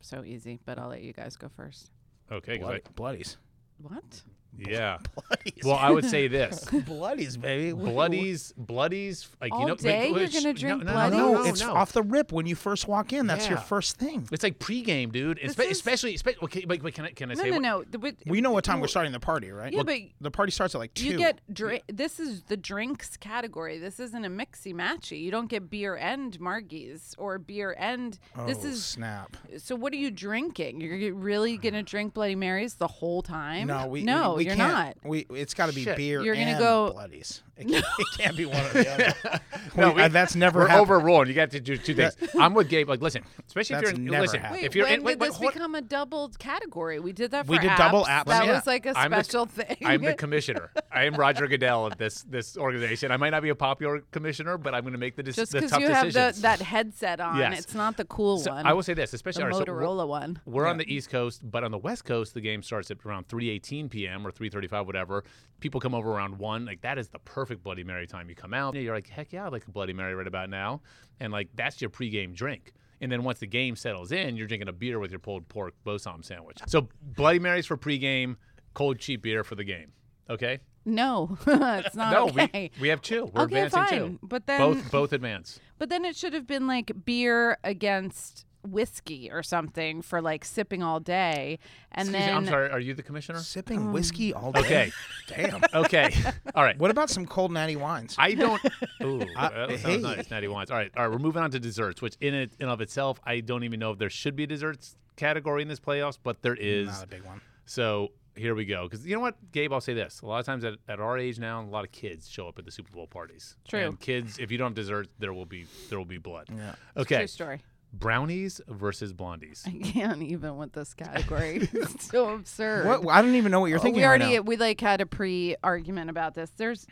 So easy, but I'll let you guys go first. Okay, 'cause I- Bloody, bloodies, What? yeah. bloodies, Well, I would say this: bloodies, baby. We- bloodies, bloodies. Like you All know, like, day you're which- gonna drink no, no, No, no, Bloodies? no, it's no. off the rip when you first walk in. That's your Yeah. first thing. It's like pregame, dude. Espe- is- especially, especially. Okay, but, but can I can I No, say? no, what- no. The- but- We know what time we're starting the party, right? Yeah, but the party starts at like two. you get drink. This is the drinks category. This isn't a mixy matchy. You don't get beer and margies or beer and. oh, this is snap. so. What are you drinking? You're g- really gonna drink Bloody Marys the whole time? No, we no, we, we you're can't. not. We it's got to be Shit. beer. You're gonna and go- bloodies. It can't, it can't be one or the other. No, We- uh, that's never We're happened. overruled. You got to do two things. I'm with Gabe. Like, listen, especially That's if you're in, never listen, happened. Wait, if you're when in, wait, did wait, this hold- become a doubled category? We did that for We did double apps. apps, That yeah. was like a I'm the- special thing. I'm the commissioner. I am Roger Goodell of this this organization. I might not be a popular commissioner, but I'm going to make the, dec- Just the because tough you have the, decisions. that headset on, Yes. it's not the cool So one. I will say this, the especially all right, so we're- Motorola one. We're on the East Coast, but on the West Coast, the game starts at around 3:18 p.m. or 3:35, whatever. People come over around one. Like that is the perfect Bloody Mary time. You come out, you're like, heck yeah, I'd like a Bloody Mary right about now, and like that's your pregame drink. And then once the game settles in, you're drinking a beer with your pulled pork bosom sandwich. So Bloody Marys for pregame, cold cheap beer for the game. Okay, No, it's not no, okay. we, we have two. We're okay, advancing fine. two. But then, both both advance. but then it should have been like beer against whiskey or something for like sipping all day, and Excuse me, then I'm sorry. Are you the commissioner? Sipping Um, whiskey all day. Okay. Damn. Okay. All right. What about some cold natty wines? I don't. Ooh, that sounds hey. nice. Natty wines. All right, all right. We're moving on to desserts, which in it and of itself, I don't even know if there should be a desserts category in this playoffs, but there is. Not a big one. So here we go. Because you know what, Gabe, I'll say this: a lot of times at, at our age now, a lot of kids show up at the Super Bowl parties. True. Mm. And kids, if you don't have dessert, there will be there will be blood. Yeah. Okay. true story. Brownies versus blondies. I can't even with this category. it's so absurd. What? I don't even know what you're Oh, thinking we right already now. we like had a pre argument about this. There's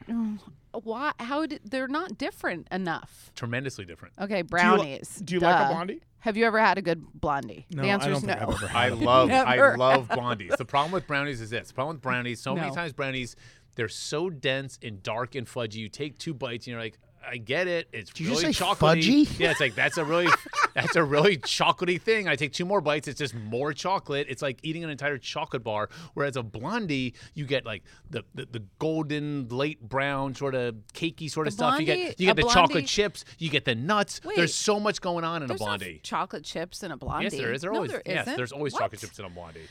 why how did they're not different enough. Tremendously different. Okay, brownies. do you like a duh. blondie? Have you ever had a good blondie? the answer is no. I love I Never. love blondies. The problem with brownies is this. The problem with brownies, so many No. times brownies, they're so dense and dark and fudgy. You take two bites and you're like, I get it. It's you really just say chocolatey. fudgy? Yeah, it's like that's a really that's a really chocolatey thing. I take two more bites, it's just more chocolate. It's like eating an entire chocolate bar. Whereas a blondie, you get like the the, the golden late brown sort of cakey sort of A stuff. you Blondie- get you get a the chocolate Blondie- chips, you get the nuts. Wait, there's so much going on in a There's no blondie. chocolate chips and a blondie. Yes, there is. There no, always there yes. isn't. There's always What? chocolate chips in a blondie.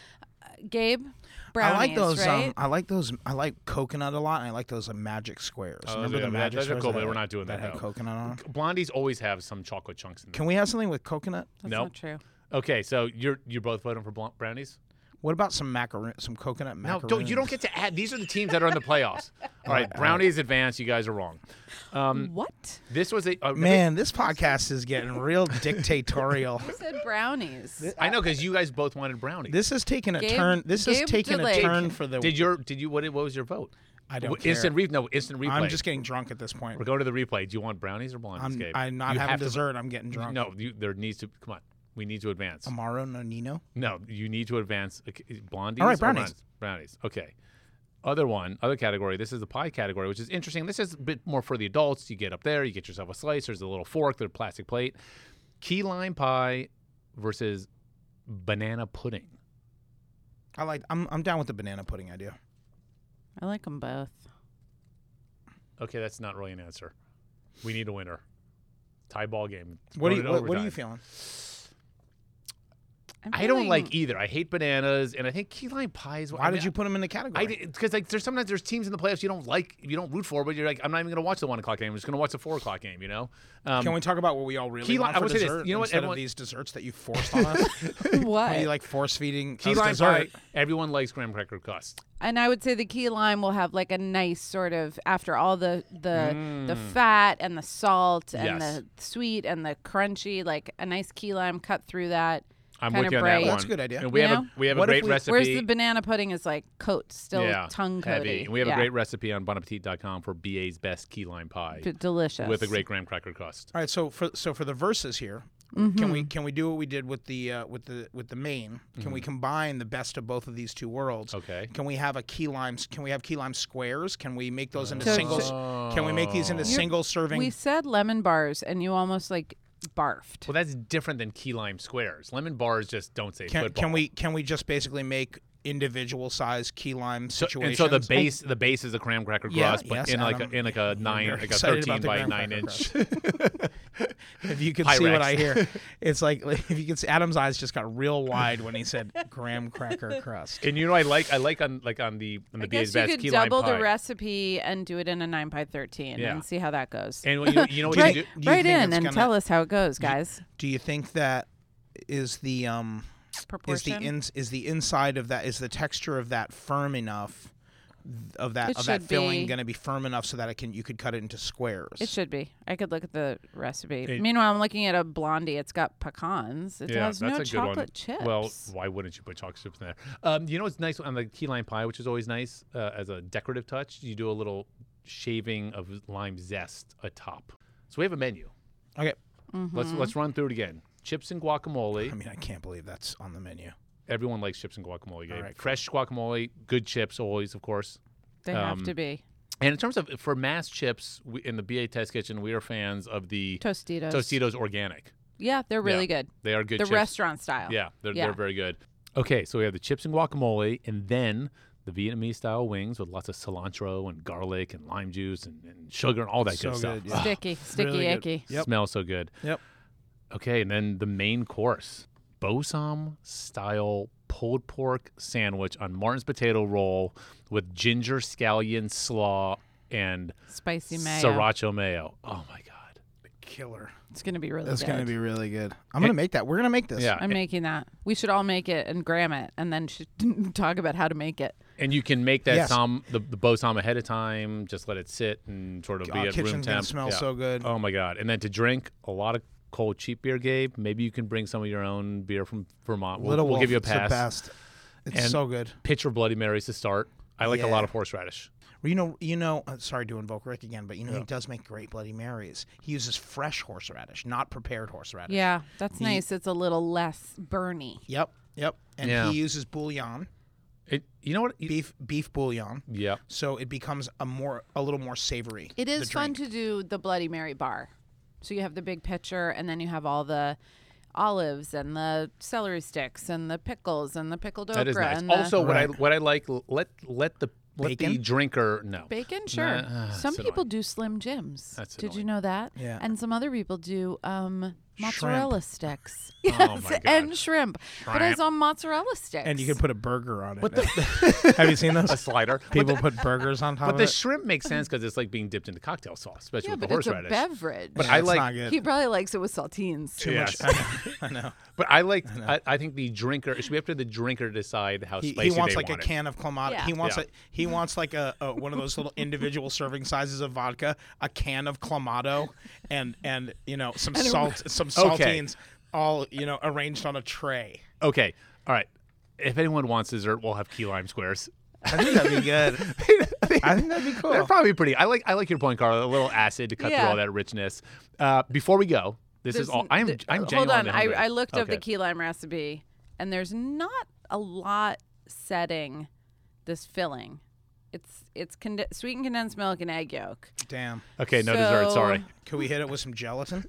Gabe, brownies. I like those. Right? Um, I like those. I like coconut a lot, and I like those uh, magic squares. Oh, Remember yeah, the that- magic those are squares? cool, that but we're had- not doing that, That no. had coconut on. 'em? Blondies always have some chocolate chunks in them. Can we have something with coconut? That's Nope. not true. Okay, so you're you're both voting for blon- brownies? What about some macaroon? Some coconut No, macaroon? don't, you don't get to add. These are the teams that are in the playoffs. All right, right. brownies advance. You guys are wrong. Um, what? this was a uh, Man, this podcast is getting real dictatorial. You said brownies. I know because you guys both wanted brownies. This is taking a Gabe- turn. This is Gabe taking a delayed. turn for the. did your did you what, what was your vote? I don't W- Instant care. replay. No, instant replay. I'm just getting drunk at this point. We're going to the replay. Do you want brownies or blondies, I'm, Gabe? I'm not You having have to- dessert. I'm getting drunk. No, you, there needs to come on. We need to advance. Amaro Nonino. No, you need to advance okay, blondies. All right, or brownies. Brownies. Okay. Other one, other category. This is the pie category, which is interesting. This is a bit more for the adults. You get up there, you get yourself a slice. There's a little fork, there's a plastic plate. Key lime pie versus banana pudding. I like. I'm I'm down with the banana pudding idea. I like them both. Okay, that's not really an answer. We need a winner. Tie ball game. What Run do you it what, what are overtime. you feeling? I'm I don't feeling- like either. I hate bananas, and I think key lime pie is. Why did you put them in the category? I because like there's sometimes there's teams in the playoffs you don't like you don't root for but you're like I'm not even gonna watch the one o'clock game I'm just gonna watch the four o'clock game you know um, Can we talk about what we all really Key li- want I for would say this, dessert you know what, instead everyone- of these desserts that you forced on us? Are what. you like force feeding key us lime pie dessert? everyone likes graham cracker crust and I would say the key lime will have like a nice sort of after all the the the fat and the salt and Mm. Yes. the sweet and the crunchy, like a nice key lime cut through that. I'm Kinda with you on that bright. one That's a good idea. and we You have know? a we have What a if great we- recipe Whereas the banana pudding is like coat still yeah, tongue heavy coaty. and we have Yeah. a great recipe on bonappetit.com for BA's best key lime pie D- delicious with a great graham cracker crust All right, so for so for the verses here, can Mm-hmm. we can we do what we did with the uh, with the with the main? Can we combine the best of both of these two worlds? okay Can we have a key limes? Can we have key lime squares? Can we make those into Uh, So- singles? Can we make these into You're- single serving? We said lemon bars, and you almost like barfed. well that's different than key lime squares lemon bars just don't say can, football can we can we just basically make individual size key lime So- situations? And so the base, the base is a graham cracker Yeah, crust, but yes, in like Adam. a, in like a nine, very like a excited thirteen about the by graham nine cracker inch. if you could Pyrex. see what I hear, it's like like, if you could see Adam's eyes just got real wide when he said graham cracker crust. and you know, I like I like on like on the on the I guess BA's you best could key lime double the pie. recipe and do it in a nine by thirteen Yeah. and see how that goes. And you know, you know what right, you do? do you right think in it's and gonna- tell us how it goes, guys. Do you think that is the um is the Proportion. in, is the inside of that is the texture of that firm enough th- of that It of that should filling be. going to be firm enough so that it can you could cut it into squares? It should be. I could look at the recipe. It- Meanwhile, I'm looking at a blondie. It's got pecans. It Yeah, has that's no a good chocolate one. chips. Well, why wouldn't you put chocolate chips in there? Um, you know what's nice on the key lime pie, which is always nice uh, as a decorative touch. You do a little shaving of lime zest atop. So we have a menu. okay. Mm-hmm. Let's let's run through it again. Chips and guacamole. I mean, I can't believe that's on the menu. Everyone likes chips and guacamole. Gabe. right, cool. Fresh guacamole, good chips always, of course. they um, have to be And in terms of for mass chips we, in the BA Test Kitchen, we are fans of the Tostitos. Tostitos organic. Yeah, they're really good. They are good. The chips. restaurant style. Yeah, they're Yeah. they're very good. Okay, so we have the chips and guacamole, and then the Vietnamese style wings with lots of cilantro and garlic and lime juice and, and sugar and all that So good stuff. good, yeah. Ah, Sticky, sticky, Really good. icky. Yep. Smells so good. Yep. Okay, and then the main course Bosom style pulled pork sandwich on Martin's potato roll with ginger scallion slaw and Spicy mayo. sriracha mayo. Oh my God. Killer. It's gonna be really. That's going to good. be really good. I'm going to make that. We're going to make this. Yeah. I'm making that. We should all make it and gram it, and then sh- talk about how to make it. And you can make that Yes. som the, the bosom ahead of time, just let it sit and sort of be Our at room kitchen's going temp. to smell Yeah. so good. Oh my god! And then to drink a lot of cold cheap beer, Gabe. Maybe you can bring some of your own beer from Vermont. We'll, Little we'll Wolf, give you a it's the pass. best. It's And- so good. Pitcher Bloody Marys to start. I like a lot Yeah. of horseradish. Well, You know, you know. uh, Sorry to invoke Rick again, but you know he does make great Bloody Marys. He uses fresh horseradish, not prepared horseradish. Yeah, that's nice. It's a little less burny. Yep. Yep. And Yeah. he uses bouillon, It, you know what? You- beef beef bouillon, yeah, so it becomes a more a little more savory. It is the fun drink. to do the Bloody Mary bar. So you have the big pitcher, and then you have all the olives and the celery sticks and the pickles and the pickled okra that is nice. and the Also, what I Right. what I like let let the let the Bacon? drinker know. bacon. Sure, Nah, ah, some it's people annoying. do Slim Jims. That's Did you annoying. know that? Yeah. And some other people do um, Shrimp. mozzarella sticks. Oh, my Yes, God. and shrimp. But I Shrimp. saw mozzarella sticks. And you can put a burger on it. Have you seen A those? slider. People put burgers on top But of the it. shrimp makes sense because it's like being dipped into cocktail sauce, especially yeah, with the but it's a horseradish. beverage. But Yeah, I it's like- not good. he probably likes it with saltines. too Yes. much. I know. I know. But I like. I, I think the drinker. It should be up to the drinker to decide how He, spicy he wants they like want a it. can of clamato. Yeah. He wants Yeah. a he wants like a, a one of those little individual serving sizes of vodka, a can of clamato, and and you know some salt, some Okay. saltines, all you know arranged on a tray. Okay. All right. If anyone wants dessert, we'll have key lime squares. I think that'd be good. I think that'd They're be cool. probably pretty. I like. I like your point, Carla. A little acid to cut through Yeah. all that richness. Uh, before we go, this There's is all. n- I'm. th- I'm hold on. genuinely I, hungry. I looked up the Okay. key lime recipe, and there's not a lot setting this filling. It's it's conde- sweetened condensed milk and egg yolk. Damn. Okay. No dessert. So- Sorry. Could we hit it with some gelatin?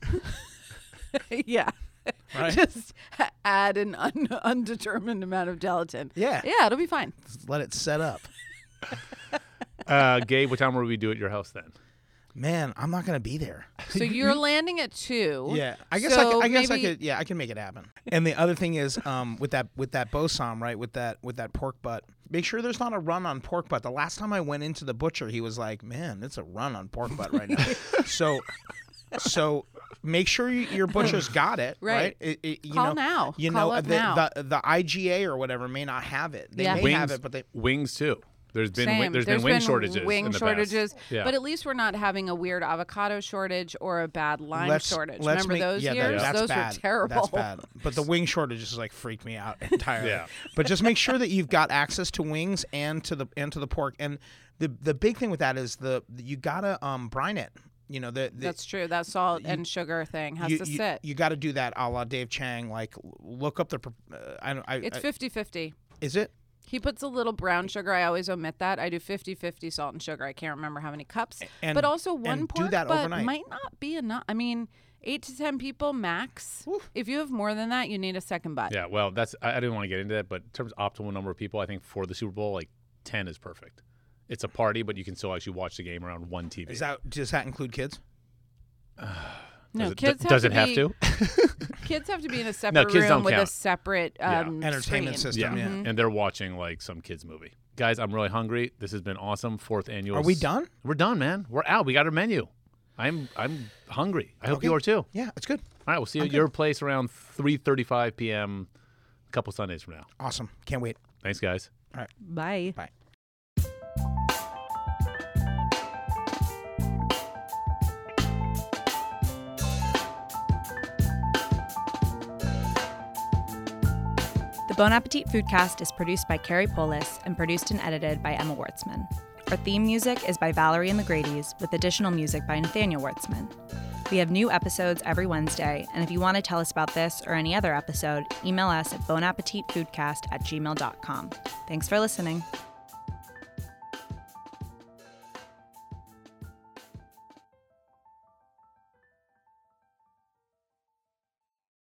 yeah. Right. Just h- add an un- undetermined amount of gelatin. Yeah. Yeah, it'll be fine. Let it set up. Uh, Gabe, what time will we do at your house then? Man, I'm not gonna be there. So you're landing at two. Yeah, I guess I, So c- I guess maybe- I could. Yeah, I can make it happen. And the other thing is, um, with that with that bosom, right? With that with that pork butt. Make sure there's not a run on pork butt. The last time I went into the butcher, he was like, "Man, it's a run on pork butt right now." so, so make sure you, your butcher's got it. Right. Right. It- it- you Call know, now. You Call know up the, now. the the IGA or whatever may not have it. They Yeah. may Wings. have it, but they. Wings too. There's been wi- Same. there's been wing shortages. Wing in the shortages. Past. Yeah. But at least we're not having a weird avocado shortage or a bad lime let's- shortage. let's Remember make- those yeah, that- years? that's those bad. were terrible. That's bad. But the wing shortage just like freaked me out entirely. Yeah. But just make sure that you've got access to wings and to the and to the pork. And the the big thing with that is the you gotta um brine it. You know the, the That's true. That salt and sugar thing has you, to you, sit. you got to do that a la Dave Chang. Like l- look up the. pro- Uh, I don't. I, it's I- 50 50. is it? He puts a little brown sugar. I always omit that. I do 50 50 salt and sugar. I can't remember how many cups. And- but also one and do pork that butt overnight. might not be enough. I mean, eight to 10 people max. If you have more than that, you need a second butt. yeah. Well, that's. I, I didn't want to get into that, but in terms of optimal number of people, I think for the Super Bowl, like ten is perfect. It's a party, but you can still actually watch the game around one TV. Is that does that include kids? No, does it, kids have does to it have be- to? Kids have to be in a separate kids don't room with a count. separate Yeah. um, Entertainment screen. Yeah. system. Yeah. And they're watching like some kids movie. Guys, I'm really hungry. This has been awesome. Fourth annual. Are we s- done? We're done, man. We're out. We got our menu. I'm I'm hungry. I hope you Okay. are too. All Yeah, it's good. right, we'll see you at your place around 3:35 p.m. a couple Sundays from now. Awesome. Can't wait. Thanks, guys. Bye. Bye. The Bon Appetit Foodcast is produced by Carrie Polis and produced and edited by Emma Wertzman. Our theme music is by Valerie and the Grady's, with additional music by Nathaniel Wertzman. We have new episodes every Wednesday, and if you want to tell us about this or any other episode, email us at bonappetitfoodcast at gmail.com. Thanks for listening.